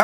อ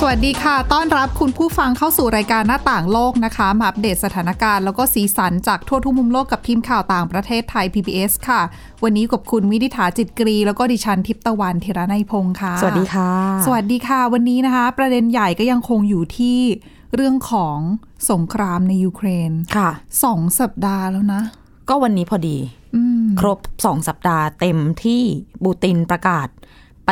สวัสดีค่ะ ต้อนรับคุณผู้ฟังเข้าสู่รายการหน้าต่างโลกนะคะ มาอัปเดตสถานการณ์แล้วก็สีสันจากทั่วทุกมุมโลกกับทีมข่าวต่างประเทศไทย PBS ค่ะ วันนี้อยู่กับคุณวินิษฐาจิตกรี แล้วก็ดิฉันทิพย์ตะวันธีรนัยพงค์ค่ะ สวัสดีค่ะ สวัสดีค่ะ วันนี้นะคะ ประเด็นใหญ่ก็ยังคงอยู่ที่เรื่องของสงครามในยูเครน ค่ะ สองสัปดาห์แล้วนะ ก็วันนี้พอดี อืม ครบสองสัปดาห์เต็มที่บูตินประกาศ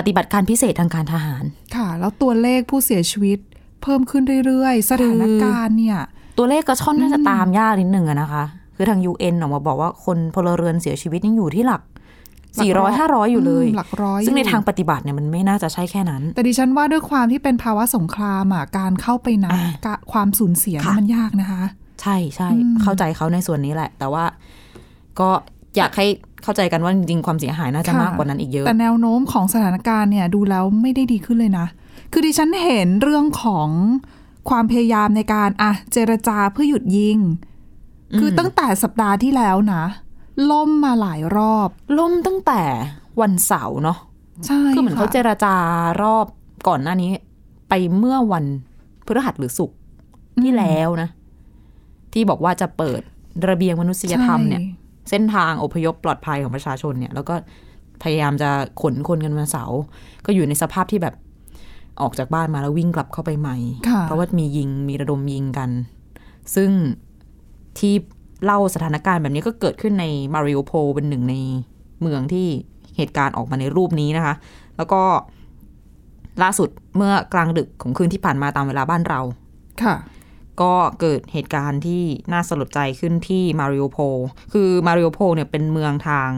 ปฏิบัติการพิเศษทางการทหาร ค่ะ แล้วตัวเลขผู้เสียชีวิต เพิ่มขึ้นเรื่อยๆ สถานการณ์เนี่ย ตัวเลขก็ช่อนน่าจะตามยากนิดหนึ่งอะนะคะ คือทาง UN ออกมาบอกว่าคนพลเรือนเสียชีวิตยังอยู่ที่หลัก หลักร้อย 400 500 อยู่เลย อืมหลักร้อย ซึ่งใน อยู่ ทางปฏิบัติเนี่ยมันไม่น่าจะใช่แค่นั้น แต่ดิฉันว่าด้วยความที่เป็นภาวะสงครามอ่ะการเข้าไปนะ อ่าก ะความสูญเสีย ค่ะ มันยากนะคะ ใช่ใช่ อืม เข้าใจเขาในส่วนนี้แหละ แต่ว่าก็อยากให้เข้าใจกันว่าจริงๆความเสียหายน่าจะ ค่ะ มากกว่านั้นอีกเยอะ แต่แนวโน้มของสถานการณ์เนี่ยดูแล้วไม่ได้ดีขึ้นเลยนะ คือดิฉันเห็นเรื่องของความพยายามในการอ่ะเจรจาเพื่อหยุดยิง คือตั้งแต่สัปดาห์ที่แล้วนะ ล่มมาหลายรอบ ล่มตั้งแต่วันเสาร์เนาะ ใช่ คือเหมือนเขาเจ ค่ะ รจารอบก่อนหน้านี้ ไปเมื่อวันพฤหัสหรือศุกร์ที่แล้วนะ ที่บอกว่าจะเปิดระเบียงมนุษยธรรมเนี่ย ใช่ เส้นทางอพยพปลอดภัยของประชาชนเนี่ย แล้วก็พยายามจะขนคนกันวันเสาร์ก็อยู่ในสภาพที่แบบออกจากบ้านมาแล้ววิ่งกลับเข้าไปใหม่ ค่ะ เพราะว่ามียิงมีระดมยิงกัน ซึ่งที่เล่าสถานการณ์แบบนี้ก็เกิดขึ้นในมาริโอโพลเป็นหนึ่งในเมืองที่เหตุการณ์ออกมาในรูปนี้นะคะ แล้วก็ล่าสุดเมื่อกลางดึกของคืนที่ผ่านมาตามเวลาบ้านเรา ค่ะ ก็เกิดเหตุการณ์ที่น่าสลดใจขึ้นที่มาริโอโพลคือมาริโอโพลเนี่ยเป็นเมืองทาง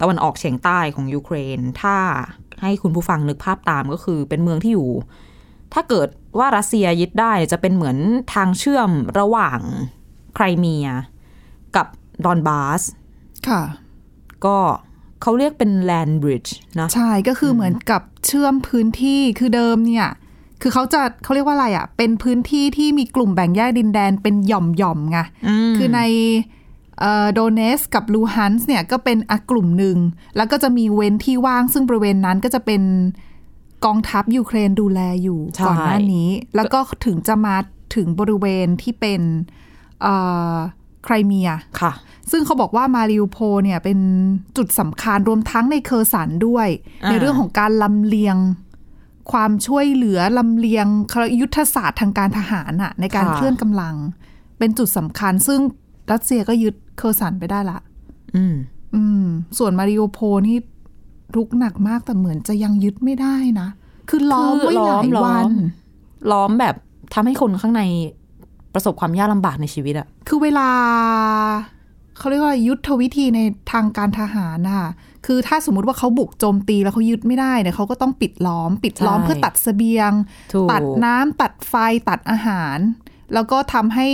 ตะวันออกเฉียงใต้ของยูเครน ถ้าให้คุณผู้ฟังนึกภาพตามก็คือเป็นเมืองที่อยู่ ถ้าเกิดว่ารัสเซียยึดได้เนี่ยจะเป็นเหมือนทางเชื่อมระหว่างไครเมีย กับดอนบาส ค่ะ ก็เขาเรียกเป็นแลนด์บริดจ์นะ ใช่ก็คืออเหมือนกับเชื่อมพื้นที่คือเดิมเนี่ย คือเขาจะเขาเรียกว่าอะไรอ่ะ เป็นพื้นที่ที่มีกลุ่มแบ่งแยกดินแดนเป็นหย่อมหย่อมๆไงคือในโดเนสกับลูฮันส์เนี่ยก็เป็นอ่ะกลุ่มหนึ่ง แล้วก็จะมีเว้นที่ว่างซึ่งบริเวณนั้นก็จะเป็นกองทัพยูเครนดูแลอยู่ ใช่ ก่อนหน้านี้ แล้วก็ถึงจะมาถึงบริเวณที่เป็นเอ่อไครเมีย ค่ะ ซึ่งเขาบอกว่ามาริอูโพลเนี่ยเป็นจุดสำคัญรวมทั้งในเคอร์สันด้วย อ่า ในเรื่องของการลำเลียง ความช่วยเหลือลำเลียงยุทธศาสตร์ทางการทหารน่ะในการเคลื่อนกำลัง เป็นจุดสำคัญ ซึ่งรัสเซียก็ยึดเคอร์สันไปได้ละ อืม อืม ส่วนมาริโอโพลนี่รุกหนักมากแต่เหมือนจะยังยึดไม่ได้นะ คือล้อมไว้ คือล้ ห อม ลาย ล้อวัมน ล้อมแบบทำให้คนข้างในประสบความยากลำบากในชีวิตอะ คือเวลาเขาเรียกว่ายุทธวิธีในทางการทหารน่ะ คือถ้าสมมติว่าเขาบุกโจมตีแล้วเขายึดไม่ได้เนี่ยเขาก็ต้องปิดล้อม ปิดล้อม ใช่ เพื่อตัดเสบียง ถูก ตัดน้ำตัดไฟตัดอาหาร แล้วก็ทำให้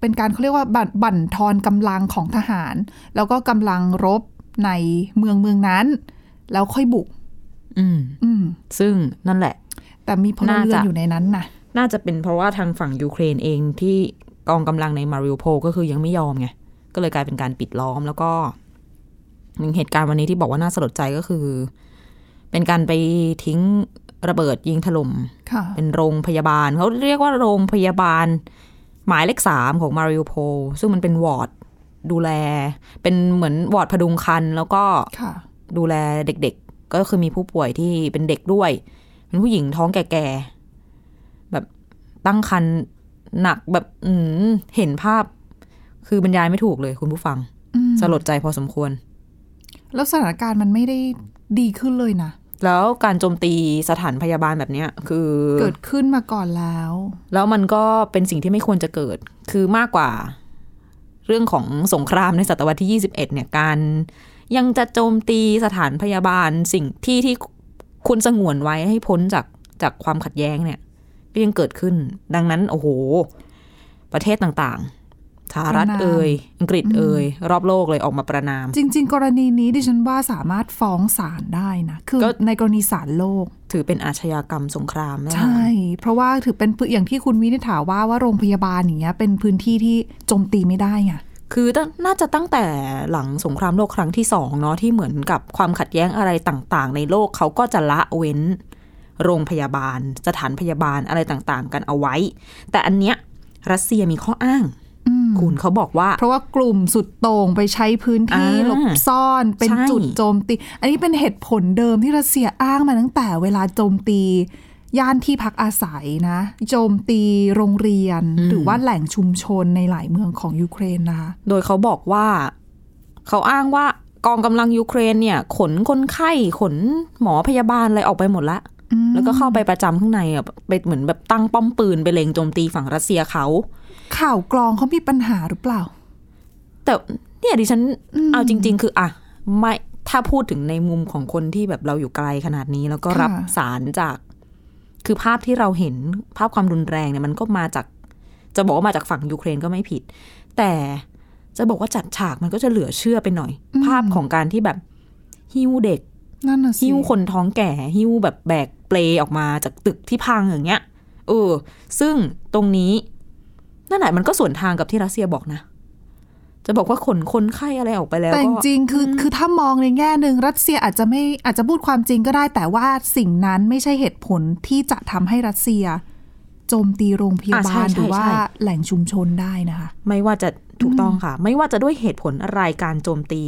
เป็นการเขาเรียกว่าบั่นบั่นทอนกำลังของทหาร แล้วก็กำลังรบในเมืองเมืองนั้น แล้วค่อยบุก อืม อืม ซึ่งนั่นแหละ แต่มีพล น่า เรือน จะ อยู่ในนั้นนะ น่าจะเป็นเพราะว่าทางฝั่งยูเครนเองที่กองกำลังในมาริโอโพลก็คือยังไม่ยอมไง ก็เลยกลายเป็นการปิดล้อมแล้วก็หนึ่งเหตุการณ์วันนี้ที่บอกว่าน่าสลดใจก็คือ เป็นการไปทิ้งระเบิดยิงถล่ม ค่ะ เป็นโรงพยาบาล เขาเรียกว่าโรงพยาบาล หมายเลขสามของมาริโอโพลซึ่งมันเป็นวอร์ดดูแล เป็นเหมือนวอร์ดพดุงคันแล้วก็ ค่ะ ดูแลเด็กๆ ก็คือมีผู้ป่วยที่เป็นเด็กด้วย เป็นผู้หญิงท้องแก่ๆ แบบตั้งครรภ์หนักแบบอืมเห็นภาพ คือบรรยายไม่ถูกเลยคุณผู้ฟัง อืม สลดใจพอสมควร แล้วสถานการณ์มันไม่ได้ดีขึ้นเลยนะ แล้วการโจมตีสถานพยาบาลแบบเนี้ย คือ เกิดขึ้นมาก่อนแล้ว แล้วมันก็เป็นสิ่งที่ไม่ควรจะเกิด คือมากกว่า เรื่องของสงครามในศตวรรษที่ 21 เนี่ยการยังจะโจมตีสถานพยาบาลสิ่งที่ที่คุณสงวนไว้ให้พ้นจากจากความขัดแย้งเนี่ย ก็ยังเกิดขึ้น ดังนั้น โอ้โห ประเทศต่าง สหรัฐ ประนาม เอ่ยอังกฤษเอ่ยรอบโลกเลยออกมาประนาม จริง ๆ กรณีนี้ดิฉันว่าสามารถฟ้องศาลได้นะ คือ ก็ ในกรณีศาลโลก ถือเป็นอาชญากรรมสงครามแน่นอน ใช่ เพราะว่าถือเป็นพื้นอย่างที่คุณวินิษฐาว่าว่าโรงพยาบาลอย่างเงี้ยเป็นพื้นที่ที่โจมตีไม่ได้ไง คือตั้งน่าจะตั้งแต่หลังสงครามโลกครั้งที่สองเนาะที่เหมือนกับความขัดแย้งอะไรต่างๆ ในโลกเขาก็จะละเว้น โรงพยาบาล สถานพยาบาลอะไรต่างๆ กันเอาไว้ แต่อันเนี้ยรัสเซียมีข้ออ้าง อืม คุณเขาบอกว่า เพราะว่ากลุ่มสุดโต่งไปใช้พื้นที่ อ่า หลบซ่อนเป็น ใช่ จุดโจมตี อันนี้เป็นเหตุผลเดิมที่รัสเซียอ้างมาตั้งแต่เวลาโจมตี ย่านที่พักอาศัยนะ โจมตีโรงเรียน หรือว่าแหล่งชุมชนในหลายเมืองของยูเครนนะคะ โดยเขาบอกว่า เขาอ้างว่ากองกำลังยูเครนเนี่ย ขนคนไข้ขนหมอพยาบาลอะไรออกไปหมดละ อืม แล้วก็เข้าไปประจำข้างในอะไปเหมือนแบบตั้งป้อมปืนไปเลงโจมตีฝั่งรัสเซียเขา ข่าวกรองเขามีปัญหาหรือเปล่า แต่เนี่ยดิฉันเอาจริง ๆ คืออะไม่ถ้าพูดถึงในมุมของคนที่แบบเราอยู่ไกลขนาดนี้ แล้วก็รับ ค่ะ สารจาก คือภาพที่เราเห็นภาพความรุนแรงเนี่ยมันก็มาจาก จะบอกว่ามาจากฝั่งยูเครนก็ไม่ผิด แต่จะบอกว่าจัดฉากมันก็จะเหลือเชื่อไปหน่อย ภาพของการที่แบบหิ้วเด็ก นั่นน่ะสิ หิ้วคนท้องแก่หิ้วแบบแบกเปลออกมาจากตึกที่พังอย่างเงี้ยเออ ซึ่งตรงนี้ นั่นแหละมันก็ส่วนทางกับที่รัสเซียบอกนะ จะบอกว่าขนคนไข้อะไรออกไปแล้ว แต่จ ก็ ริงๆคืออคือถ้ามองในแง่หนึ่งรัสเซียอาจจะไม่อาจจะพูดความจริงก็ได้ แต่ว่าสิ่งนั้นไม่ใช่เหตุผลที่จะทำให้รัสเซีย โจมตีโรงพยาบาลหรือว่าแหล่งชุมชนได้นะคะ ไม่ว่าจะถูกต้องค่ะ ไม่ว่าจะด้วยเหตุผลอะไรการโจมตี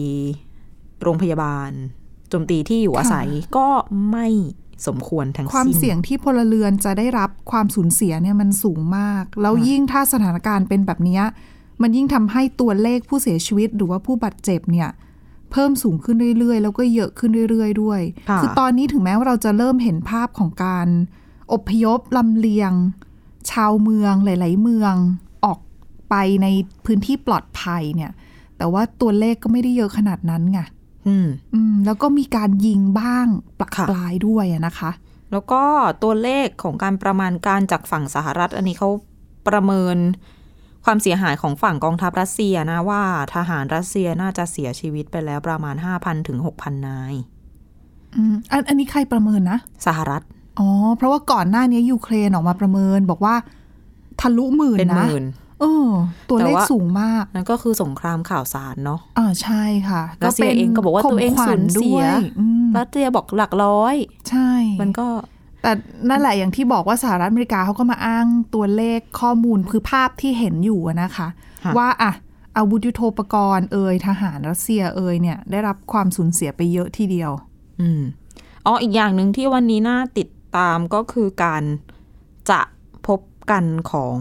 โรงพยาบาล โจมตีที่อยู่อาศัยก็ไม่สมควรทั้ง ความ สิ้น เสี่ยงที่พลเรือนจะได้รับความสูญเสียเนี่ยมันสูงมาก แล้วยิ่งถ้าสถานการณ์เป็นแบบเนี้ยมันยิ่งทำให้ตัวเลขผู้เสียชีวิตหรือว่าผู้บาดเจ็บเนี่ย เพิ่มสูงขึ้นเรื่อยๆ แล้วก็เยอะขึ้นเรื่อยๆ ด้วย ค่ะ อตอนนี้ถึงแม้ว่าเราจะเริ่มเห็นภาพของการอพยพลำเลียง ชาวเมืองหลาย ๆ เมืองออกไปในพื้นที่ปลอดภัยเนี่ย แต่ว่าตัวเลขก็ไม่ได้เยอะขนาดนั้นไง อืม อืมแล้วก็มีการยิงบ้างปลัก ค่ะ ปลายด้วยอะนะคะ แล้วก็ตัวเลขของการประมาณการจากฝั่งสหรัฐ อันนี้เขาประเมินความเสียหายของฝั่งกองทัพรัสเซียนะว่าทหารรัสเซียน่าจะเสียชีวิตไปแล้วประมาณ 5,000 ถึง 6,000 นาย อืมอันอันนี้ใครประเมินนะ สหรัฐ อ๋อ เพราะว่าก่อนหน้านี้ยูเครนออกมาประเมิน บอกว่าทะลุหมื่น เป็นห นะ มื่น เออ ตัวเล แต่ ข ว่า สูงมาก นั่นก็คือสงครามข่าวสารเนาะ อ่าใช่ค่ะ รัสเซียเองก็บอกว่าตัวเองสูญเสีย ข่มขวัญด้วยอืม รัสเซียบอกหลักร้อย ใช่ มันก็ แต่นั่นแหละอย่างที่บอกว่าสหรัฐอเมริกาเขาก็มาอ้างตัวเลขข้อมูลคือภาพที่เห็นอยู่อะนะคะ ค่ะ ว่าอ่ะอาวุธยุโทโธปกรณ์เอ่ยทหารรัสเซียเอ่ยเนี่ย ได้รับความสูญเสียไปเยอะทีเดียว อืมอ๋ออีกอย่างหนึ่งที่วันนี้น่าติดตามก็คือการจะพบกันของ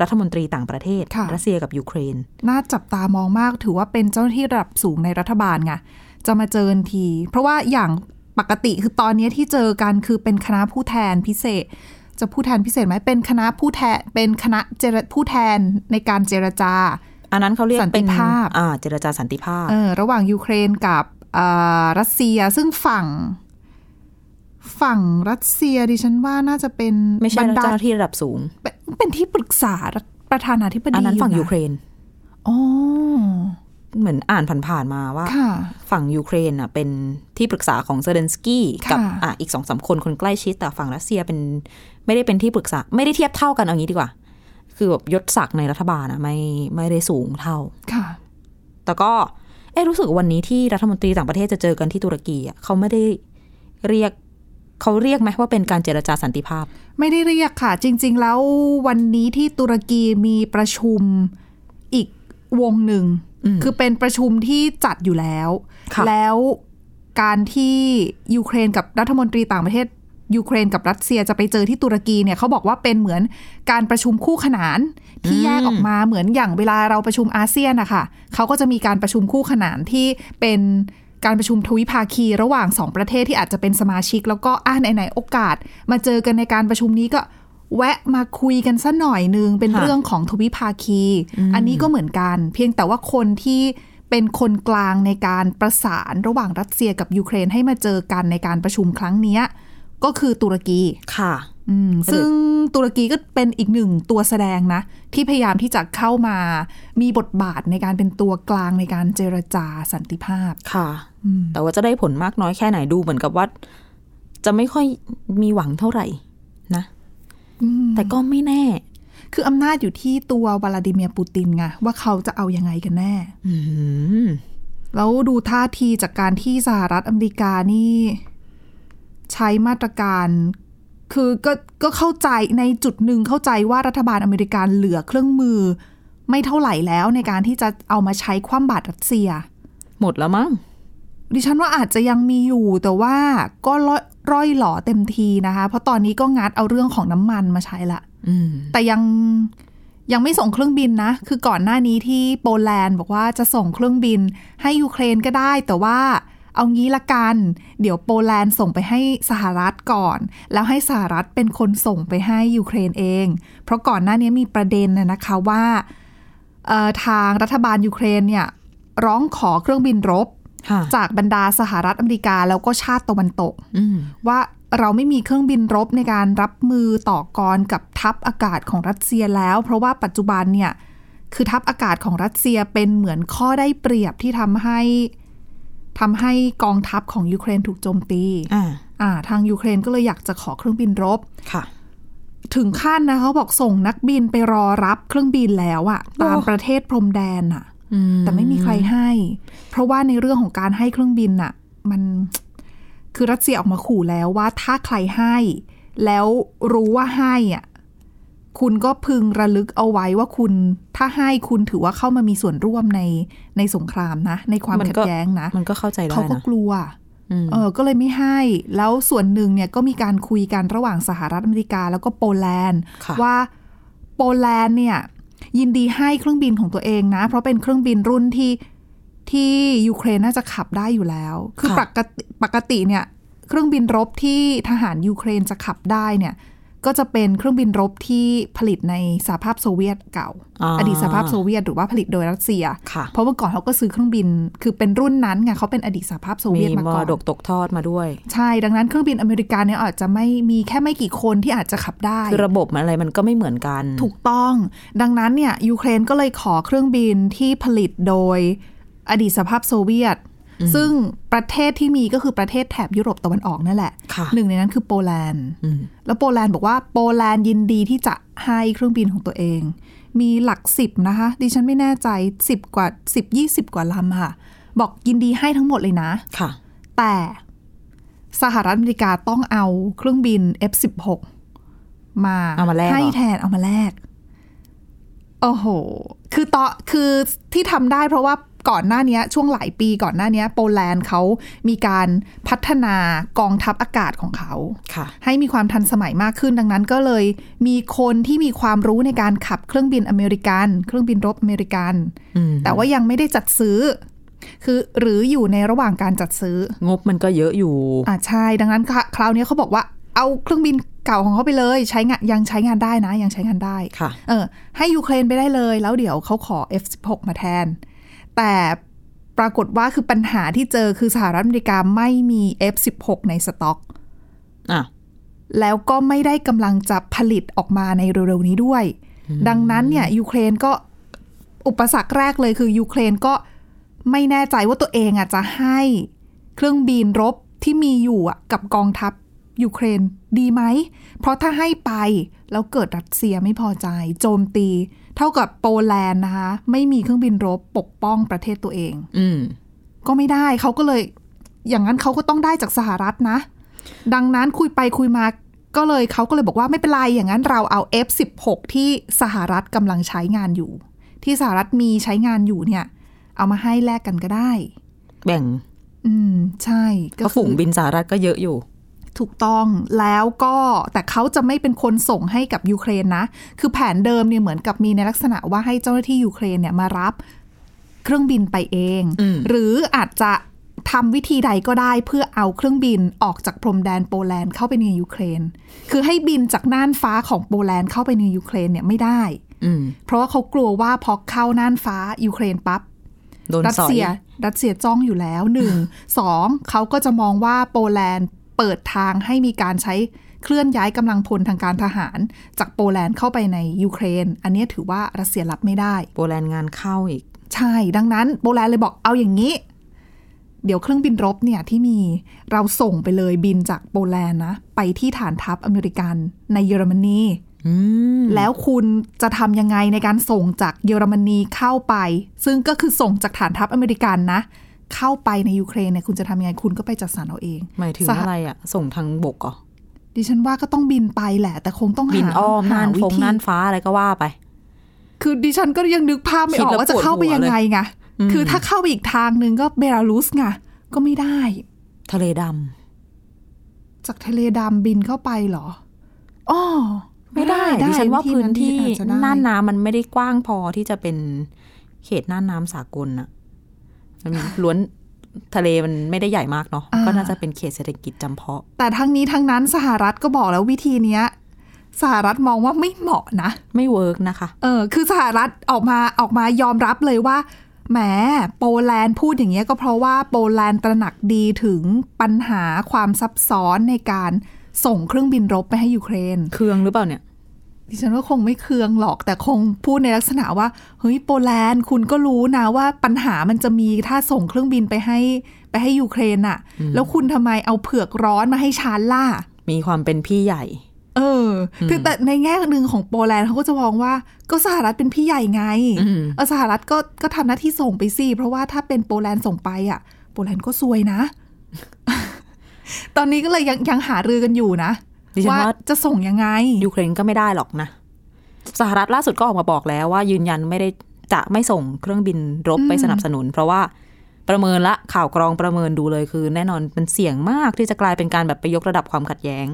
รัฐมนตรีต่างประเทศ ค่ะ รัสเซียกับยูเครน น่าจับตามองมากถือว่าเป็นเจ้าหน้าที่ระดับสูงในรัฐบาลไงจะมาเจอกันที เพราะว่าอย่างปกติคือตอนนี้ที่เจอกันคือเป็นคณะผู้แทนพิเศษ จะผู้แทนพิเศษไหมเป็นคณะผู้แทนเป็นคณะเจรผู้แทนในการเจรจา อันนั้นเขาเรียก สันติ เป็น ภาพ อ่าเจรจาสันติภาพ เออระหว่างยูเครนกับเอ่อรัสเซียซึ่งฝั่ง ฝั่งรัสเซียดิฉันว่าน่าจะเป็น ไม่ใช่ บรรดา เจ้าหน้าที่ระดับสูง เป็นเป็นที่ปรึกษาประธานาธิบดี อันนั้นฝั่งยูเครน อ๋อ เหมือนอ่านผ่านๆมาว่า ค่ะ ฝั่งยูเครนน่ะเป็นที่ปรึกษาของเซเลนสกี้กั ค่ะ อ่ะอีกสองสามคนคนใกล้ชิดแต่ฝั่งรัสเซียเป็นไม่ได้เป็นที่ปรึกษา ไม่ได้เทียบเท่ากันเอางี้ดีกว่า คือแบบยศศักดิ์ในรัฐบาลนะไม่ไม่ได้สูงเท่า ค่ะ แต่ก็เอ๊ะรู้สึกวันนี้ที่รัฐมนตรีต่างประเทศจะเจอกันที่ตุรกีอ่ะเขาไม่ได้เรียกเขาเรียกไหมว่าเป็นการเจรจาสันติภาพ ไม่ได้เรียกค่ะ จริง ๆ แล้ววันนี้ที่ตุรกีมีประชุมอีกวงหนึ่ง คือเป็นประชุมที่จัดอยู่แล้ว ค่ะ แล้วการที่ยูเครนกับรัฐมนตรีต่างประเทศยูเครนกับรัสเซียจะไปเจอที่ตุรกีเนี่ยเขาบอกว่าเป็นเหมือนการประชุมคู่ขนานที่แยกออกมาเหมือนอย่างเวลาเราประชุมอาเซียนนะคะเขาก็จะมีการประชุมคู่ขนานที่เป็นการประชุมทวิภาคีระหว่างสองประเทศที่อาจจะเป็นสมาชิก แล้วก็อ่าไหนๆโอกาส มาเจอกันในการประชุมนี้ก็แวะมาคุยกันสัหน่อยนึงเป็น ค่ะ เรื่องของทวิภาคี อันนี้ก็เหมือนกัน เพียงแต่ว่าคนที่เป็นคนกลางในการประสานระหว่างรัสเซียกับยูเครนให้มาเจอกันในการประชุมครั้งเนี้ยก็คือตุรกี ค่ะ อืมซึ่งตุรกีก็เป็นอีกหนึ่งตัวแสดงนะ ที่พยายามที่จะเข้ามามีบทบาทในการเป็นตัวกลางในการเจรจาสันติภาพ ค่ะ อืม แต่ว่าจะได้ผลมากน้อยแค่ไหนดูเหมือนกับว่า จะไม่ค่อยมีหวังเท่าไหร่นะ แต่ก็ไม่แน่ คืออำนาจอยู่ที่ตัววลาดิเมียร์ปูตินไงว่าเขาจะเอายังไงกันแน่ อืม แล้วดูท่าทีจากการที่สหรัฐอเมริกานี่ ใช้มาตรการ คือก็ก็เข้าใจในจุดหนึ่งเข้าใจว่ารัฐบาลอเมริกันเหลือเครื่องมือ ไม่เท่าไหร่แล้วในการที่จะเอามาใช้คว่ำบาตรรัสเซีย หมดแล้วมั้ง ดิฉันว่าอาจจะยังมีอยู่แต่ว่าก็ร่อยร่อยหล่อเต็มทีนะคะ เพราะตอนนี้ก็งัดเอาเรื่องของน้ำมันมาใช้ละ อืม แต่ยังยังไม่ส่งเครื่องบินนะ คือก่อนหน้านี้ที่โปแลนด์บอกว่าจะส่งเครื่องบินให้ยูเครนก็ได้ แต่ว่าเอางี้ละกัน เดี๋ยวโปแลนด์ส่งไปให้สหรัฐก่อน แล้วให้สหรัฐเป็นคนส่งไปให้ยูเครนเอง เพราะก่อนหน้านี้มีประเด็นนะนะคะว่าเอ่อทางรัฐบาลยูเครนเนี่ยร้องขอเครื่องบินรบ ค่ะ จากบรรดาสหรัฐอเมริกาแล้วก็ชาติตะวันตก อืม ว่าเราไม่มีเครื่องบินรบในการรับมือต่อกรกับทัพอากาศของรัสเซียแล้ว เพราะว่าปัจจุบันเนี่ย คือทัพอากาศของรัสเซียเป็นเหมือนข้อได้เปรียบที่ทำให้ทำให้กองทัพของยูเครนถูกโจมตี อ่า อ่าทางยูเครนก็เลยอยากจะขอเครื่องบินรบ ค่ะ ถึงขั้นนะเขาบอกส่งนักบินไปรอรับเครื่องบินแล้วอะตาม โอ้ ประเทศพรมแดนอะ อืม แต่ไม่มีใครให้ เพราะว่าในเรื่องของการให้เครื่องบินน่ะ มัน คือรัสเซียออกมาขู่แล้วว่าถ้าใครให้ แล้วรู้ว่าให้อ่ะ คุณก็พึงระลึกเอาไว้ว่าคุณ ถ้าให้คุณถือว่าเข้ามามีส่วนร่วมในในสงครามนะ ในความ มัน ขัด ก็ แย้งนะ มันก็เข้าใจได้ เขาก็ นะ กลัว อืม เออ ก็เลยไม่ให้ แล้วส่วนหนึ่งเนี่ยก็มีการคุยกันระหว่างสหรัฐอเมริกาแล้วก็โปแลนด์ ค่ะ ว่าโปแลนด์เนี่ย ยินดีให้เครื่องบินของตัวเองนะ เพราะเป็นเครื่องบินรุ่นที่ที่ยูเครนน่าจะขับได้อยู่แล้ว คือปกติปกติเนี่ย เครื่องบินรบที่ทหารยูเครนจะขับได้เนี่ย ก็จะเป็นเครื่องบินรบที่ผลิตในสหภาพโซเวียตเก่า อดีตสหภาพโซเวียตหรือว่าผลิตโดยรัสเซีย ค่ะ เพราะเมื่อก่อนเขาก็ซื้อเครื่องบิน คือเป็นรุ่นนั้นไงเขาเป็นอดีตสหภาพโซ มี เวียตมามก่อ ร น ดกตกทอดมาด้วย ใช่ ดังนั้นเครื่องบินอเมริกันเนี่ยอาจจะไม่มีแค่ไม่กี่คนที่อาจจะขับได้ คือระบบมันอะไรมันก็ไม่เหมือนกัน ถูกต้อง ดังนั้นเนี่ยยูเครนก็เลยขอเครื่องบินที่ผลิตโดยอดีตสหภาพโซเวียต ซึ่งประเทศที่มีก็คือประเทศแถบยุโรปตะวันออกนั่นแหละ ค่ะ หนึ่งในนั้นคือโปแลนด์ อืม แล้วโปแลนด์บอกว่าโปแลนด์ยินดีที่จะให้เครื่องบินของตัวเอง มีหลักสิบนะคะ ดิฉันไม่แน่ใจ 10 กว่า 10 20 กว่าลำค่ะ บอกยินดีให้ทั้งหมดเลยนะ ค่ะ แต่สหรัฐอเมริกาต้องเอาเครื่องบิน F16 มา เอามาแลกเหรอ ให้แทนเอามาแลกโอ้โห คือต่อคือที่ทำได้เพราะว่าก่อนหน้าเนี้ย ช่วงหลายปีก่อนหน้าเนี้ยโปแลนด์เขามีการพัฒนากองทัพอากาศของเขา ค่ะ ให้มีความทันสมัยมากขึ้นดังนั้นก็เลยมีคนที่มีความรู้ในการขับเครื่องบินอเมริกัน เครื่องบินรบอเมริกัน อืม แต่ว่ายังไม่ได้จัดซื้อ คือหรืออยู่ในระหว่างการจัดซื้อ งบมันก็เยอะอยู่ อ่าใช่ ดังนั้นค่ะคราวนี้เขาบอกว่าเอาเครื่องบินเก่าของเขาไปเลย ใช้งานยังใช้งานได้นะ ยังใช้งานได้ ค่ะ เออ ให้ยูเครนไปได้เลย แล้วเดี๋ยวเขาขอ F16 มาแทน แต่ปรากฏว่าคือปัญหาที่เจอคือสหรัฐอเมริกาไม่มี F16 ในสต็อก อ่ะ แล้วก็ไม่ได้กำลังจะผลิตออกมาในเร็วๆนี้ด้วย ดังนั้นเนี่ยยูเครนก็อุปสรรคแรกเลยคือยูเครนก็ไม่แน่ใจว่าตัวเองอ่ะจะให้เครื่องบินรบที่มีอยู่อ่ะกับกองทัพยูเครนดีไหม เพราะถ้าให้ไปแล้วเกิดรัสเซียไม่พอใจ โจมตี เท่ากับโปแลนด์นะคะ ไม่มีเครื่องบินรบปกป้องประเทศตัวเอง อืม ก็ไม่ได้เขาก็เลย อย่างนั้นเขาก็ต้องได้จากสหรัฐนะ ดังนั้นคุยไปคุยมาก็เลยเขาก็เลยบอกว่าไม่เป็นไร อย่างนั้นเราเอา F16 ที่สหรัฐกำลังใช้งานอยู่ ที่สหรัฐมีใช้งานอยู่เนี่ย เอามาให้แลกกันก็ได้ แบ่ง อืม ใช่ เพราะฝูงบินสหรัฐก็เยอะอยู่ ถูกต้องแล้วก็แต่เขาจะไม่เป็นคนส่งให้กับยูเครนนะ คือแผนเดิมเนี่ยเหมือนกับมีในลักษณะว่าให้เจ้าหน้าที่ยูเครนเนี่ยมารับเครื่องบินไปเอง อืม หรืออาจจะทำวิธีใดก็ได้เพื่อเอาเครื่องบินออกจากพรมแดนโปแลนด์เข้าไปในยูเครน คือให้บินจากน่านฟ้าของโปแลนด์เข้าไปในยูเครนเนี่ยไม่ได้ อืม เพราะว่าเขากลัวว่าพอเข้าน่านฟ้ายูเครนปั๊บ โดน รัส สอย เซียรัสเซียจ้อง อยู่แล้วหนึ่ง สองเขาก็จะมองว่าโปแลนด์เปิดทางให้มีการใช้ เคลื่อนย้ายกำลังพลทางการทหาร จากโปแลนด์เข้าไปในยูเครน อันเนี้ยถือว่ารัสเซียรับไม่ได้ โปแลนด์งานเข้าอีก ใช่ ดังนั้นโปแลนด์เลยบอกเอาอย่างนี้ เดี๋ยวเครื่องบินรบเนี่ยที่มีเราส่งไปเลยบินจากโปแลนด์นะ ไปที่ฐานทัพอเมริกันในเยอรมนี อืม แล้วคุณจะทำยังไงในการส่งจากเยอรมนีเข้าไป ซึ่งก็คือส่งจากฐานทัพอเมริกันนะ เข้าไปในยูเครนเนี่ยคุณจะทำยังไงคุณก็ไปจัดสรรเอาเอง หมายถึง สห อะไรอ่ะ ส่งทางบกเหรอ่ะ ดิฉันว่าก็ต้องบินไปแหละ แต่คงต้องหา บินอ้อม หา น่าน วิ ฟง ธี น่านฟ้าอะไรก็ว่าไป คือดิฉันก็ยังนึกภาพไม่ออ คิดกแล้ว ว่าจะเข้าไปยังไงไง ปวดหัวเลยอืม คือถ้าเข้าไปอีกทางหนึ่งก็เบลารุสไงก็ไม่ได้ ทะเลดำ จากทะเลดำบินเข้าไปเหรออ๋อไม่ได้ ดิฉันว่าพื้นที่ อาจจะได้ น่านน้ำมันไม่ได้กว้างพอที่จะเป็นเขตน่านน้ำสากลน่ะมันล้วนทะเลมันไม่ได้ใหญ่มากเนาะ อ่า ก็น่าจะเป็นเขตเศรษฐกิจจำเพาะ แต่ทั้งนี้ทั้งนั้นสหรัฐก็บอกแล้ววิธีเนี้ยสหรัฐมองว่าไม่เหมาะนะ ไม่เวิร์กนะคะ เออคือสหรัฐออกมาออกมายอมรับเลยว่าแหมโปแลนด์พูดอย่างเงี้ยก็เพราะว่าโปแลนด์ตระหนักดีถึงปัญหาความซับซ้อนในการส่งเครื่องบินรบไปให้ยูเครน เครื่องหรือเปล่าเนี่ย ดิฉันว่าคงไม่เคืองหรอกแต่คงพูดในลักษณะว่าเฮ้ยโปแลนด์คุณก็รู้นะว่าปัญหามันจะมีถ้าส่งเครื่องบินไปให้ไปให้ยูเครนอะแล้วคุณทำไมเอาเผือกร้อนมาให้ชานล่ะ มีความเป็นพี่ใหญ่ เอออคือแต่ในแง่หนึ่งของโปแลนด์เขาก็จะมองว่าก็สหรัฐเป็นพี่ใหญ่ไง อืม เออสหรัฐก็ก็ทำหน้าที่ส่งไปสิเพราะว่าถ้าเป็นโปแลนด์ส่งไปอ่ะ โปแลนด์ก็ซวยนะ ตอนนี้ก็เลยยังยังหารือกันอยู่นะ ดิฉัน ว่า ว่า จะส่งยังไง ยูเครนก็ไม่ได้หรอกนะ สหรัฐล่าสุดก็ออกมาบอกแล้วว่ายืนยันไม่ได้จะไม่ส่งเครื่องบินรบไปสนับสนุน เพราะว่าประเมินละข่าวกรองประเมินดูเลยคือ แน่นอนมันเสี่ยงมากที่จะกลายเป็นการแบบไปยกระดับความขัดแย้ง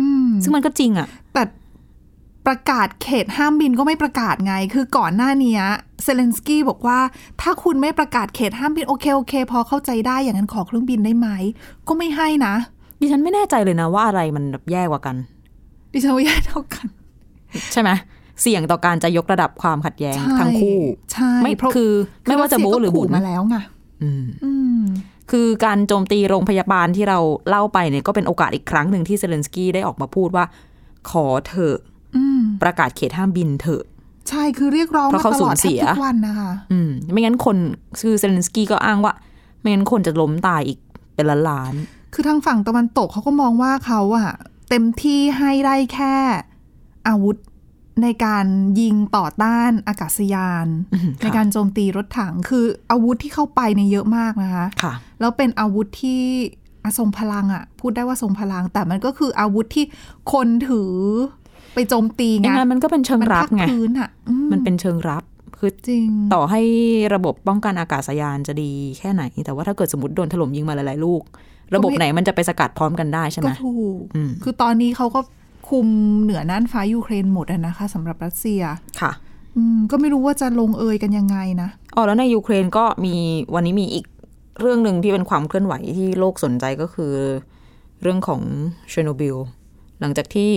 อืม ซึ่งมันก็จริงอะ่ะ แต่ประกาศเขตห้ามบินก็ไม่ประกาศไง คือก่อนหน้าเนี้ยเซเลนสกี้บอกว่า ถ้าคุณไม่ประกาศเขตห้ามบินโอเคโอเค พอเข้าใจได้อย่างนั้นขอเครื่องบินได้ไหม ก็ไม่ให้นะ ดิฉันไม่แน่ใจเลยนะว่าอะไรมันแบบแย่กว่ากัน ดิฉันว่าแย่เท่ากัน ใช่ไหมเสี่ยงต่อการจะยกระดับความขัดแย้ง ใช่ ทั้งคู่ ใช่ ไม่ เพราะ คือไม่ว่าจะ เซีย บู๊ ก็ หรือบุ๋ ขู่ น มาแล้วไง อืม อืม คือการโจมตีโรงพยาบาลที่เราเล่าไปเนี่ยก็เป็นโอกาสอีกครั้งหนึ่งที่เซเลนสกี้ได้ออกมาพูดว่า ขอเถอะ อืม ประกาศเขตห้ามบินเถอะ ใช่คือเรียกร้อง เพ มา ราะเขา ตลอด สูญ แท เสี บ ย ทุกวันนะคะ อืม ไม่งั้นคนคือเซเลนสกี้ก็อ้างว่า ไม่งั้นคนจะล้มตายอีกเป็นล้านล้าน คือทางฝั่งตะวันตกเขาก็มองว่าเขาอะเต็มที่ให้ได้แค่อาวุธในการยิงต่อต้านอากาศยาน ๆอืม ใน ค่ะ การโจมตีรถถังคืออาวุธที่เข้าไปเนี่ยเยอะมากนะคะ ค่ะ แล้วเป็นอาวุธที่อ่ะทรงพลังอะพูดได้ว่าทรงพลัง แต่มันก็คืออาวุธที่คนถือไปโจมตีไง ยังไงมันก็เป็นเชิง มั รั ภา บ ค ไง พื้นอะอืม มันเป็นเชิงรับคือ จริง ต่อให้ระบบป้องกันอากาศยานจะดีแค่ไหน แต่ว่าถ้าเกิดสมมติโดนถล่มยิงมาหลายๆลูก ระบบไหนมันจะไปสกัดพร้อมกันได้ใช่ไหม ก็ถูก อืม คือตอนนี้เขาก็คุมเหนือน่านฟ้ายูเครนหมดอะนะคะสำหรับรัสเซีย ค่ะ อืมก็ไม่รู้ว่าจะลงเอยกันยังไงนะ อ๋อแล้วในยูเครนก็มีวันนี้มีอีกเรื่องหนึ่งที่เป็นความเคลื่อนไหวที่โลกสนใจก็คือ เรื่องของเชอร์โนบิลหลังจากที่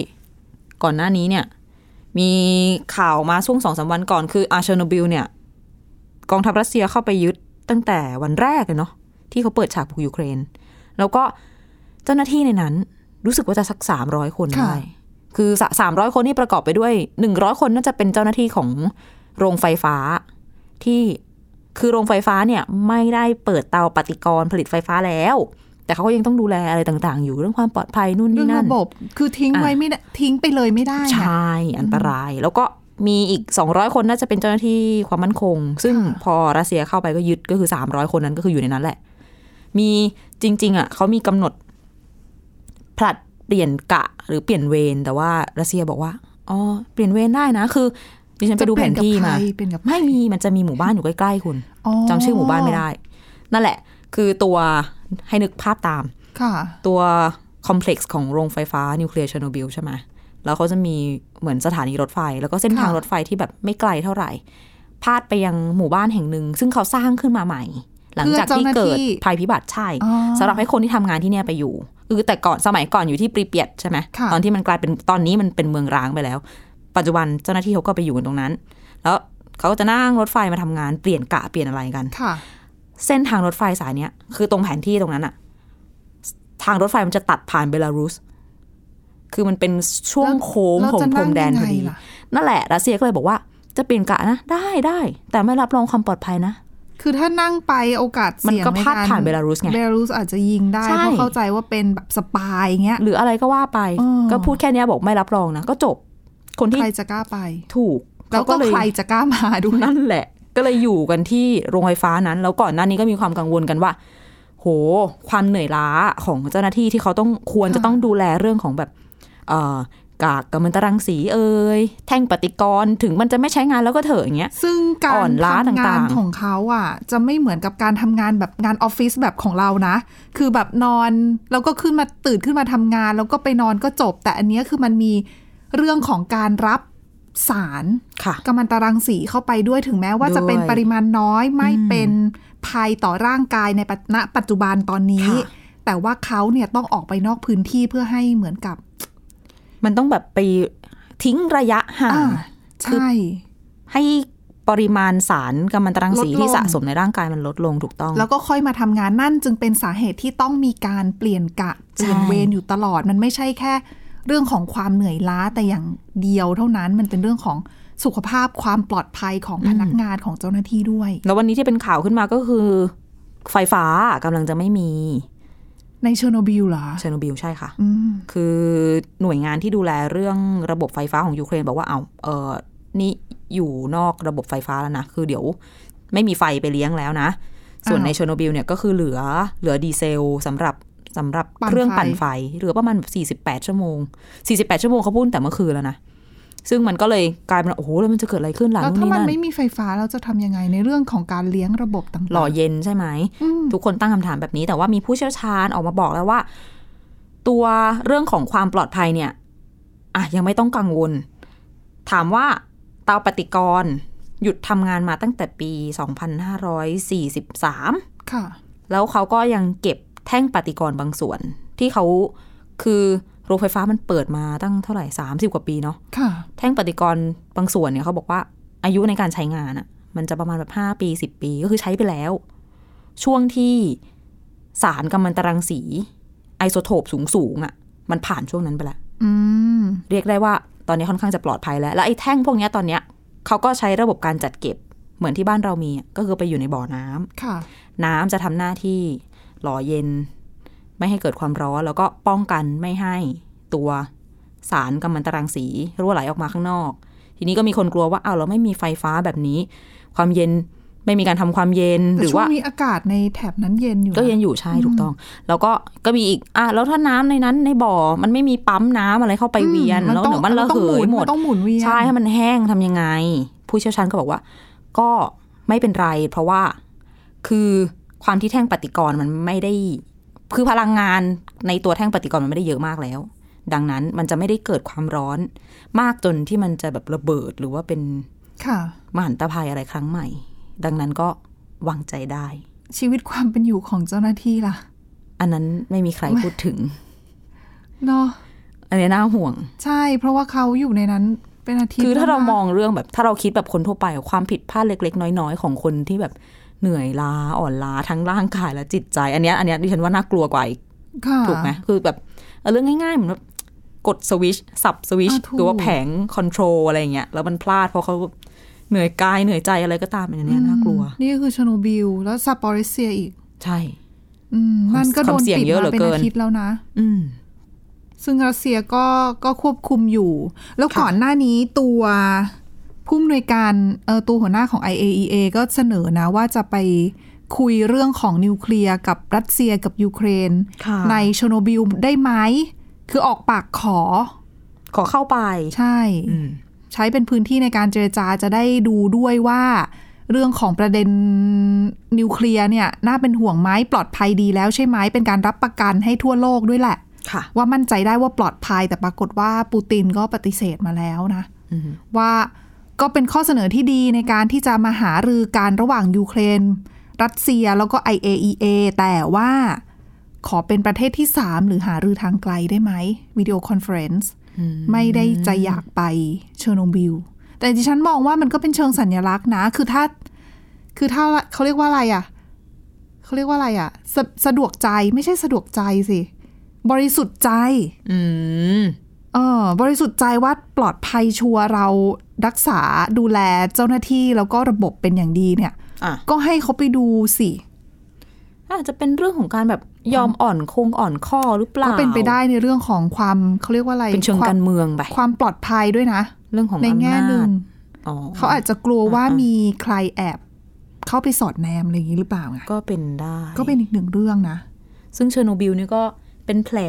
ก่อนหน้านี้เนี่ย มีข่าวมาช่วงสองสามวันก่อนคืออาเชอร์โนบิลเนี่ย กองทัพรัสเซียเข้าไปยึดตั้งแต่วันแรกเลยเนาะที่เขาเปิดฉากบุกยูเครน แล้วก็เจ้าหน้าที่ในนั้น รู้สึกว่าจะสักสามร้อยคนได้ ค่ะ คือสามร้อยคนนี่ประกอบไปด้วยหนึ่งร้อยคนน่าจะเป็นเจ้าหน้าที่ของโรงไฟฟ้า ที่คือโรงไฟฟ้าเนี่ยไม่ได้เปิดเตาปฏิกรณ์ผลิตไฟฟ้าแล้ว แต่เขาก็ยังต้องดูแลอะไรต่างๆ อยู่เรื่องความปลอดภัยนู่น เรื่ นี่ อง นั่น ระบบคือทิ้ง อ่ะ ไว้ไม่ได้ทิ้งไปเลยไม่ได้นะใช่อันตราย แล้วก็มีอีก 200 คนน่าจะเป็นเจ้าหน้าที่ความมั่นคง ซึ่ง ค่ะ พอรัสเซียเข้าไปก็ยึดก็คือ 300 คนนั้นก็คืออยู่ในนั้นแหละ มีจริง ๆ อ่ะเขามีกำหนดผลัดเปลี่ยนกะหรือเปลี่ยนเวรแต่ว่ารัสเซียบอกว่าอ๋อเปลี่ยนเวรได้นะ คือดิฉันไปดูแผนที่มา จะเป็นกับใครเป็นกับ ไม่มีมันจะมีหมู่บ้านอยู่ใกล้ๆคุณ อ๋ จำชื่อหมู่บ้านไม่ได้ นั่นแหละ คือตัวให้นึกภาพตาม ค่ะ ตัวคอมเพล็กซ์ของโรงไฟฟ้านิวเคลียร์เชอร์โนบิลใช่ไหมแล้วเขาจะมีเหมือนสถานีรถไฟ แล้วก็เส้นทาง ค่ะ รถไฟที่แบบไม่ไกลเท่าไหร่ พาดไปยังหมู่บ้านแห่งหนึ่ง ซึ่งเขาสร้างขึ้นมาใหม่ หลังจากที่เกิดภัยพิบัติใช่ อ๋อ สำหรับให้คนที่ทำงานที่เนี่ยไปอยู่คือแต่ก่อนสมัยก่อนอยู่ที่ปรีเปียตใช่ไหม ค่ะ ตอนที่มันกลายเป็นตอนนี้มันเป็นเมืองร้างไปแล้ว ปัจจุบันเจ้าหน้าที่เขาก็ไปอยู่กันตรงนั้น แล้วเขาก็จะนั่งรถไฟมาทำงานเปลี่ยนกะเปลี่ยนอะไรกัน ค่ะ เส้นทางรถไฟสายเนี้ยคือตรงแผนที่ตรงนั้นอะทางรถไฟมันจะตัดผ่านเบลารุส คือมันเป็นช่วง แล้ว โค้ง แล้ว ของ จะ พรมแดนพอดี งไงล่ะ นั่นแหละรัสเซียก็เลยบอกว่าจะเปลี่ยนกะนะ ได้ได้แต่ไม่รับรองความปลอดภัยนะ คือถ้านั่งไปโอกาสเสี่ยง มันก็พลาด ใก ผ่านเบลารุสไง เบลารุสอาจจะยิงได้ ใช่ เพราะเข้าใจว่าเป็นแบบสปายเงี้ย หรืออะไรก็ว่าไป อ๋อ ก็พูดแค่เนี้ยบอกไม่รับรองนะ ก็จบคนที่ ใครจะกล้าไป ถูก แล้วก็ เขาเย ใครจะกล้ามาด้วย นั่นแหละ ก็เลยอยู่กันที่โรงไฟฟ้านั้น แล้วก่อนหน้านี้ก็มีความกังวลกันว่า โห ความเหนื่อยล้าของเจ้าหน้าที่ที่เขาต้องควรจะต้องดูแลเรื่องของแบบเอ่อกากกัมมันตรังสีเอ่ยแท่งปฏิกรณ์ถึงมันจะไม่ใช้งานแล้วก็เถอะอย่างเงี้ย ซึ่งกา อ่อ ร นล้า ทำงา ต่าน งๆ ของเขาอ่ะ จะไม่เหมือนกับการทำงานแบบงานออฟฟิศแบบของเรานะ คือแบบนอนแล้วก็ขึ้นมาตื่นขึ้นมาทำงาน แล้วก็ไปนอนก็จบ แต่อันเนี้ยคือมันมีเรื่องของการรับสาร ค่ะ กัมมันตรังสีเข้าไปด้วยถึงแม้ว่า ด้วย จะเป็นปริมาณน้อยไม่เป็นภัยต่อร่างกายในปัจณปัจจุบันตอนนี้ ค่ะ แต่ว่าเขาเนี่ยต้องออกไปนอกพื้นที่เพื่อให้เหมือนกับ มันต้องแบบไปทิ้งระยะห่าง อ่า คือ ใช่ ให้ปริมาณสารกัมมันตรังสี ลดลง ที่สะสมในร่างกายมันลดลงถูกต้อง แล้วก็ค่อยมาทำงานนั่นจึงเป็นสาเหตุที่ต้องมีการเปลี่ยนกะเปลี่ยนเวรอยู่ตลอดมันไม่ใช่แค่ เรื่องของความเหนื่อยล้าแต่อย่างเดียวเท่านั้นมันเป็นเรื่องของสุขภาพความปลอดภัยของพนักงานของเจ้าหน้าที่ด้วย แล้ววันนี้ที่เป็นข่าวขึ้นมาก็คือ ไฟฟ้ากำลังจะไม่มี ในเชอร์โนบิลเหรอ เชอร์โนบิลใช่ค่ะ อืม คือหน่วยงานที่ดูแลเรื่องระบบไฟฟ้าของยูเครนบอกว่าเอาเออนี่อยู่นอกระบบไฟฟ้าแล้วนะ คือเดี๋ยวไม่มีไฟไปเลี้ยงแล้วนะ ส่วนในเชอร์โนบิลเนี่ยก็คือเหลือเหลือดีเซลสำหรับสำหรับเครื่องปั่นไฟเหลือประมาณ 48 ชั่วโมง 48 ชั่วโมงเขาพูดแต่เมื่อคืนแล้วนะ ซึ่งมันก็เลยกลายเป็นว่าโอ้โหแล้วมันจะเกิดอะไรขึ้นหลัง แล้วถ้า นี่ มัน นั่น ไม่มีไฟฟ้าเราจะทำยังไงในเรื่องของการเลี้ยงระบบต่างๆ หล่อเย็นใช่ไหม ม ทุกคนตั้งคำถามแบบนี้ แต่ว่ามีผู้เชี่ยวชาญออกมาบอกแล้วว่า ตัวเรื่องของความปลอดภัยเนี่ยอ่ะยังไม่ต้องกังวล ถามว่าเตาปฏิกรณ์ หยุดทำงานมาตั้งแต่ปี 2543 ค่ะ แล้วเขาก็ยังเก็บแท่งปฏิกรณ์บางส่วน ที่เขาคือโรงไฟฟ้ามันเปิดมาตั้งเท่าไหร่ 30 กว่าปีเนาะ ค่ะ แท่งปฏิกรณ์บางส่วนเนี่ยเขาบอกว่าอายุในการใช้งานอะมันจะประมาณแบบห้าปีสิบปีก็คือใช้ไปแล้ว ช่วงที่สารกัมมันตรังสีไอโซโทปสูงสูงๆอะมันผ่านช่วงนั้นไปแล้ว อืม เรียกได้ว่าตอนนี้ค่อนข้างจะปลอดภัยแล้ว แล้วไอ้แท่งพวกเนี้ยตอนเนี้ยเขาก็ใช้ระบบการจัดเก็บเหมือนที่บ้านเรามีอะก็คือไปอยู่ในบ่อน้ำ ค่ะ น้ำจะทำหน้าที่หล่อเย็น ไม่ให้เกิดความร้อน แล้วก็ป้องกันไม่ให้ตัวสารกัมมันตรังสีรั่วไหลออกมาข้างนอก ทีนี้ก็มีคนกลัวว่าอ้าวเราไม่มีไฟฟ้าแบบนี้ ความเย็นไม่มีการทำความเย็น แต่ หรือ ช่ว ว่าง นี้อากาศในแถบนั้นเย็นอยู่ ก็เย็ นะ นอยู่ใช่ถูกต้อง แล้วก็ก็มีอีกอ่ะแล้วถ้าน้ำในนั้นในบ่อมันไม่มีปั๊มน้ำอะไรเข้าไปเวียนแล้ว ต้อง เดี๋ยวมันระ ต้อ เห ง ยหมด นต้องหมุนเวียน ใช่ให้มันแห้งทำยังไง ผู้เชี่ยวชาญก็บอกว่า ก็ไม่เป็นไร เพราะว่าคือความที่แท่งปฏิกรณ์มันไม่ได้ คือพลังงานในตัวแท่งปฏิกรณ์มันไม่ได้เยอะมากแล้ว ดังนั้นมันจะไม่ได้เกิดความร้อน มากจนที่มันจะแบบระเบิดหรือว่าเป็น ค่ะ มหันตภัยอะไรครั้งใหม่ ดังนั้นก็วางใจได้ ชีวิตความเป็นอยู่ของเจ้าหน้าที่ล่ะ อันนั้นไม่มีใครพูดถึง เนาะ อันนี้น่าห่วง ใช่ เพราะว่าเขาอยู่ในนั้นเป็นอาทิตย์ คือถ้าเรา แล้วนะ มองเรื่องแบบถ้าเราคิดแบบคนทั่วไปอะความผิดพลาดเล็ก ๆ น้อย ๆ ของคนที่แบบเหนื่อยล้าอ่อนล้าทั้งร่างกายและจิตใจ อันเนี้ยอันเนี้ยดิฉันว่าน่ากลัวกว่าอีก ค่ะ ถูกไหมคือแบบเออเรื่องง่ายๆเหมือนแบบกดสวิตชสับสวิตช อ่ะถูก หรือว่าแผงคอนโทรลอะไรอย่างเงี้ยแล้วมันพลาดเพราะเขาเหนื่อยกายเหนื่อยใจอะไรก็ตามอันเนี้ยน่ากลัว อืมนี่คือเชอร์โนบิลแล้วซาปอริเซียอีก ใช่ อืม ความ นั่นก็โดน ความเสี่ยง ปิด เยอะเหลื มา อ เป็น เกิน อาทิตย์แล้วนะ อืม ซึ่งรัสเซียก็ก็ควบคุมอยู่ แล้ว ค่ะ ก่อนหน้านี้ตัวผู้อำนวยการเออตัวหัวหน้าของ IAEA ก็เสนอนะว่าจะไปคุยเรื่องของนิวเคลียร์กับรัสเซียกับยูเครน ค่ะ ในเชอร์โนบิลได้ไหมคือออกปากขอ ขอเข้าไป ใช่ อืม ใช้เป็นพื้นที่ในการเจรจาจะได้ดูด้วยว่า เรื่องของประเด็นนิวเคลียร์เนี่ย น่าเป็นห่วงไหมปลอดภัยดีแล้วใช่ไหมเป็นการรับประกันให้ทั่วโลกด้วยแหละ ค่ะ ว่ามั่นใจได้ว่าปลอดภัยแต่ปรากฏว่าปูตินก็ปฏิเสธมาแล้วนะ อืม ว่าก็เป็นข้อเสนอที่ดีในการที่จะมาหารือการระหว่างยูเครน รัสเซียแล้วก็ IAEA แต่ว่าขอเป็นประเทศที่ 3 หรือหารือทางไกลได้ไหมวิดีโอคอนเฟรนซ์ไม่ได้จะอยากไปเชอร์โนบิล แต่ดิฉันมองว่ามันก็เป็นเชิงสัญลักษณ์นะ คือถ้า คือถ้าเขาเรียกว่าอะไรอะ่ะเขาเรียกว่าอะไรอะ่ะสะสะดวกใจไม่ใช่สะดวกใจสิ บริสุทธิ์ใจ อืม เออบริสุทธิ์ใจว่าปลอดภัยชัวร์เรารักษาดูแลเจ้าหน้าที่แล้วก็ระบบเป็นอย่างดีเนี่ย อ่ะ ก็ให้เขาไปดูสิ อาจจะเป็นเรื่องของการแบบยอมอ่อนคงอ่อนข้อหรือเปล่า ก็เป็นไปได้ในเรื่องของความเขาเรียกว่าอะไร เป็นเชิง คว การเมืองไป ความปลอดภัยด้วยนะ เรื่องของ ใน อำ แง่ นา หนึ่ จ ง อ๋อ เขาอาจจะกลัวว่ามีใครแอบ เข้าไปสอดแนมอะไรอย่างนี้หรือเปล่าไง ก็เป็นได้ ก็เป็นอีกหนึ่งเรื่องนะ ซึ่งเชอร์โนบิลนี่ก็เป็นแผล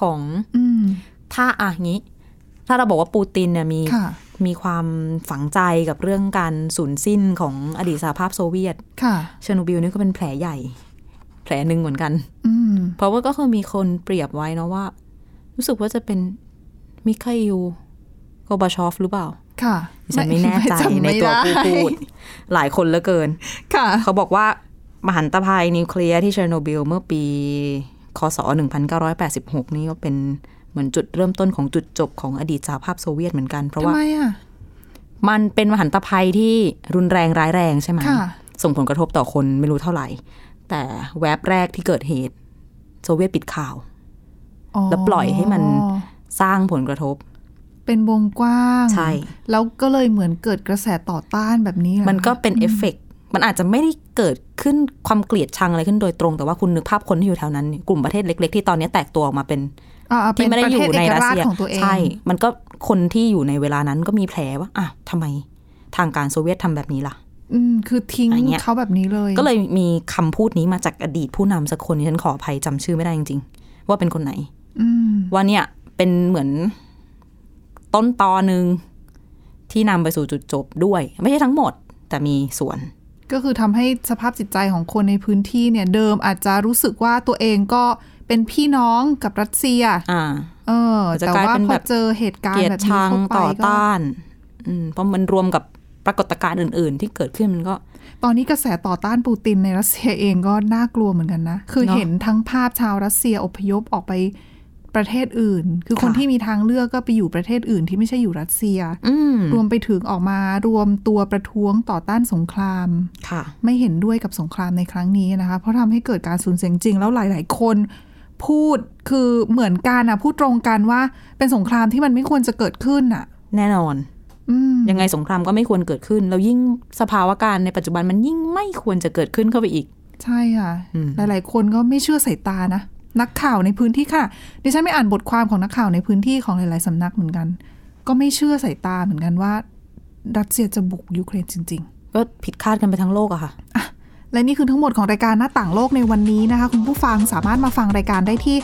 ของ อืม ถ้าอ่ะงี้ ถ้าเราบอกว่าปูตินเนี่ยมี ค่ะ มีความฝังใจกับเรื่องการสูญสิ้นของอดีตสหภาพโซเวียต ค่ะ เชอร์โนบิลนี่ก็เป็นแผลใหญ่ แผลหนึ่งเหมือนกัน อืม เพราะว่าก็คือมีคนเปรียบไว้เนอะว่า รู้สึกว่าจะเป็นมิคาอิลโกบาชอฟหรือเปล่า ค่ะ ดิฉันไม่แน่ใจ จำ ใน ไม่ ตัว ได้ ผู้พูด หลายคนเหลือเกิน ค่ะ เขาบอกว่ามหันตภัยนิวเคลียร์ที่เชอร์โนบิลเมื่อปีคศ 1986 นี่ก็เป็นเหมือนจุดเริ่มต้นของจุดจบของอดีตสหภาพโซเวียตเหมือนกันเพราะ ทำ ว่า ไมอ่ะ มันเป็นมหันตภัยที่รุนแรงร้ายแรงใช่ไหม ค่ะ ส่งผลกระทบต่อคนไม่รู้เท่าไหร่ แต่แวบแรกที่เกิดเหตุ โซเวียตปิดข่าว แล้วปล่อยให้มัน สร้างผลกระทบ เป็นวงกว้าง ใช่ แล้วก็เลยเหมือนเกิดกระแสต่อต้านแบบนี้เหรอ มันก็เป็นเอฟเฟกต์มันอาจจะไม่ได้เกิดขึ้นความเกลียดชังอะไรขึ้นโดยตรง แต่ว่าคุณนึกภาพคนที่อยู่แถวนั้นกลุ่มประเทศเล็ก ๆ ที่ตอนนี้แตกตัวออกมาเป็น อ่าๆ ที่ไม่ได้อยู่ใน เป็น รั ปะ ส เทศเอกาช เซีย ของตัวเอง ใช่ มันก็คนที่อยู่ในเวลานั้นก็มีแผลว่าอ่ะทำไมทางการโซเวียตทำแบบนี้ล่ะ อืมคือทิ้ง อะไรเงี้ย เขาแบบนี้เลย ก็เลยมีคำพูดนี้มาจากอดีตผู้นำสักคนที่ฉันขออภัยจำชื่อไม่ได้จริงๆ ว่าเป็นคนไหน อืม ว่าเนี่ยเป็นเหมือนต้นตอหนึ่งที่นำไปสู่จุดจบด้วย ไม่ใช่ทั้งหมด แต่มีส่วน ก็คือทำให้สภาพจิตใจของคนในพื้นที่เนี่ย เดิมอาจจะรู้สึกว่าตัวเองก็เป็นพี่น้องกับรัสเซีย อ่า เออ จะ แต่ กลาย ว่า เป็น พอ แบบ เจอเหตุการ เกลี ณ์ ยด แบบนี้ ชัง เข้าไป ต่อ ก็ ต้านอืมเพราะมันรวมกับปรากฏการณ์อื่น ๆ ที่เกิดขึ้นมันก็ ตอนนี้กระแสต่อต้านปูตินในรัสเซียเองก็น่ากลัวเหมือนกันนะ คือ เนอะ เห็นทั้งภาพชาวรัสเซียอพยพออกไปประเทศอื่น คือคน ค่ะ ที่มีทางเลือกก็ไปอยู่ประเทศอื่นที่ไม่ใช่อยู่รัสเซีย อืม รวมไปถึงออกมารวมตัวประท้วงต่อต้านสงคราม ค่ะ ไม่เห็นด้วยกับสงครามในครั้งนี้นะคะ เพราะทำให้เกิดการสูญเสียจริงๆแล้วหลาย ๆ คนพูดคือเหมือนกันนะพูดตรงกันว่าเป็นสงครามที่มันไม่ควรจะเกิดขึ้นอ่ะ แน่นอน อืม ยังไงสงครามก็ไม่ควรเกิดขึ้น แล้วยิ่งสภาวะการในปัจจุบันมันยิ่งไม่ควรจะเกิดขึ้นเข้าไปอีก ใช่ค่ะ อืม หลาย ๆ คนก็ไม่เชื่อสายตานะ นักข่าวในพื้นที่ค่ะ ดิฉันไม่อ่านบทความของนักข่าวในพื้นที่ของหลาย ๆ สำนักเหมือนกัน ก็ไม่เชื่อสายตาเหมือนกันว่า รัสเซียจะบุกยูเครนจริง ๆ ก็ผิดคาดกันไปทั้งโลกอะค่ะ และนี่คือทั้งหมดของรายการหน้าต่างโลกในวันนี้นะคะ คุณผู้ฟังสามารถมาฟังรายการได้ที่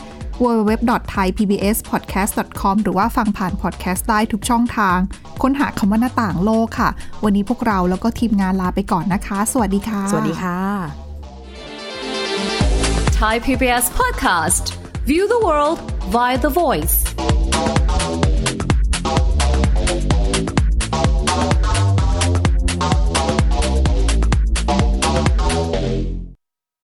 www.thaipbspodcast.com หรือว่าฟังผ่านพอดแคสต์ได้ทุกช่องทาง ค้นหาคำว่าหน้าต่างโลกค่ะ วันนี้พวกเราแล้วก็ทีมงานลาไปก่อนนะคะ สวัสดีค่ะ สวัสดีค่ะ Thai PBS podcast. View the world via the voice.